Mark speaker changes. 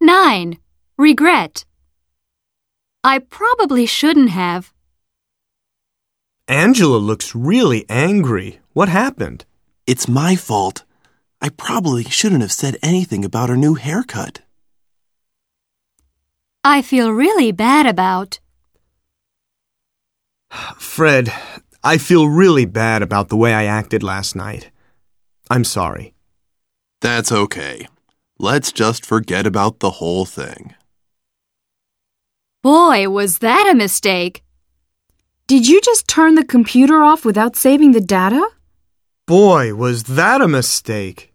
Speaker 1: 9. Regret. I probably shouldn't have.
Speaker 2: Angela looks really angry. What happened?
Speaker 3: It's my fault. I probably shouldn't have said anything about her new haircut.
Speaker 1: I feel really bad about.
Speaker 2: Fred, I feel really bad about the way I acted last night. I'm sorry.
Speaker 3: That's okay. Let's just forget about the whole thing.
Speaker 1: Boy, was that a mistake.
Speaker 4: Did you just turn the computer off without saving the data?
Speaker 2: Boy, was that a mistake.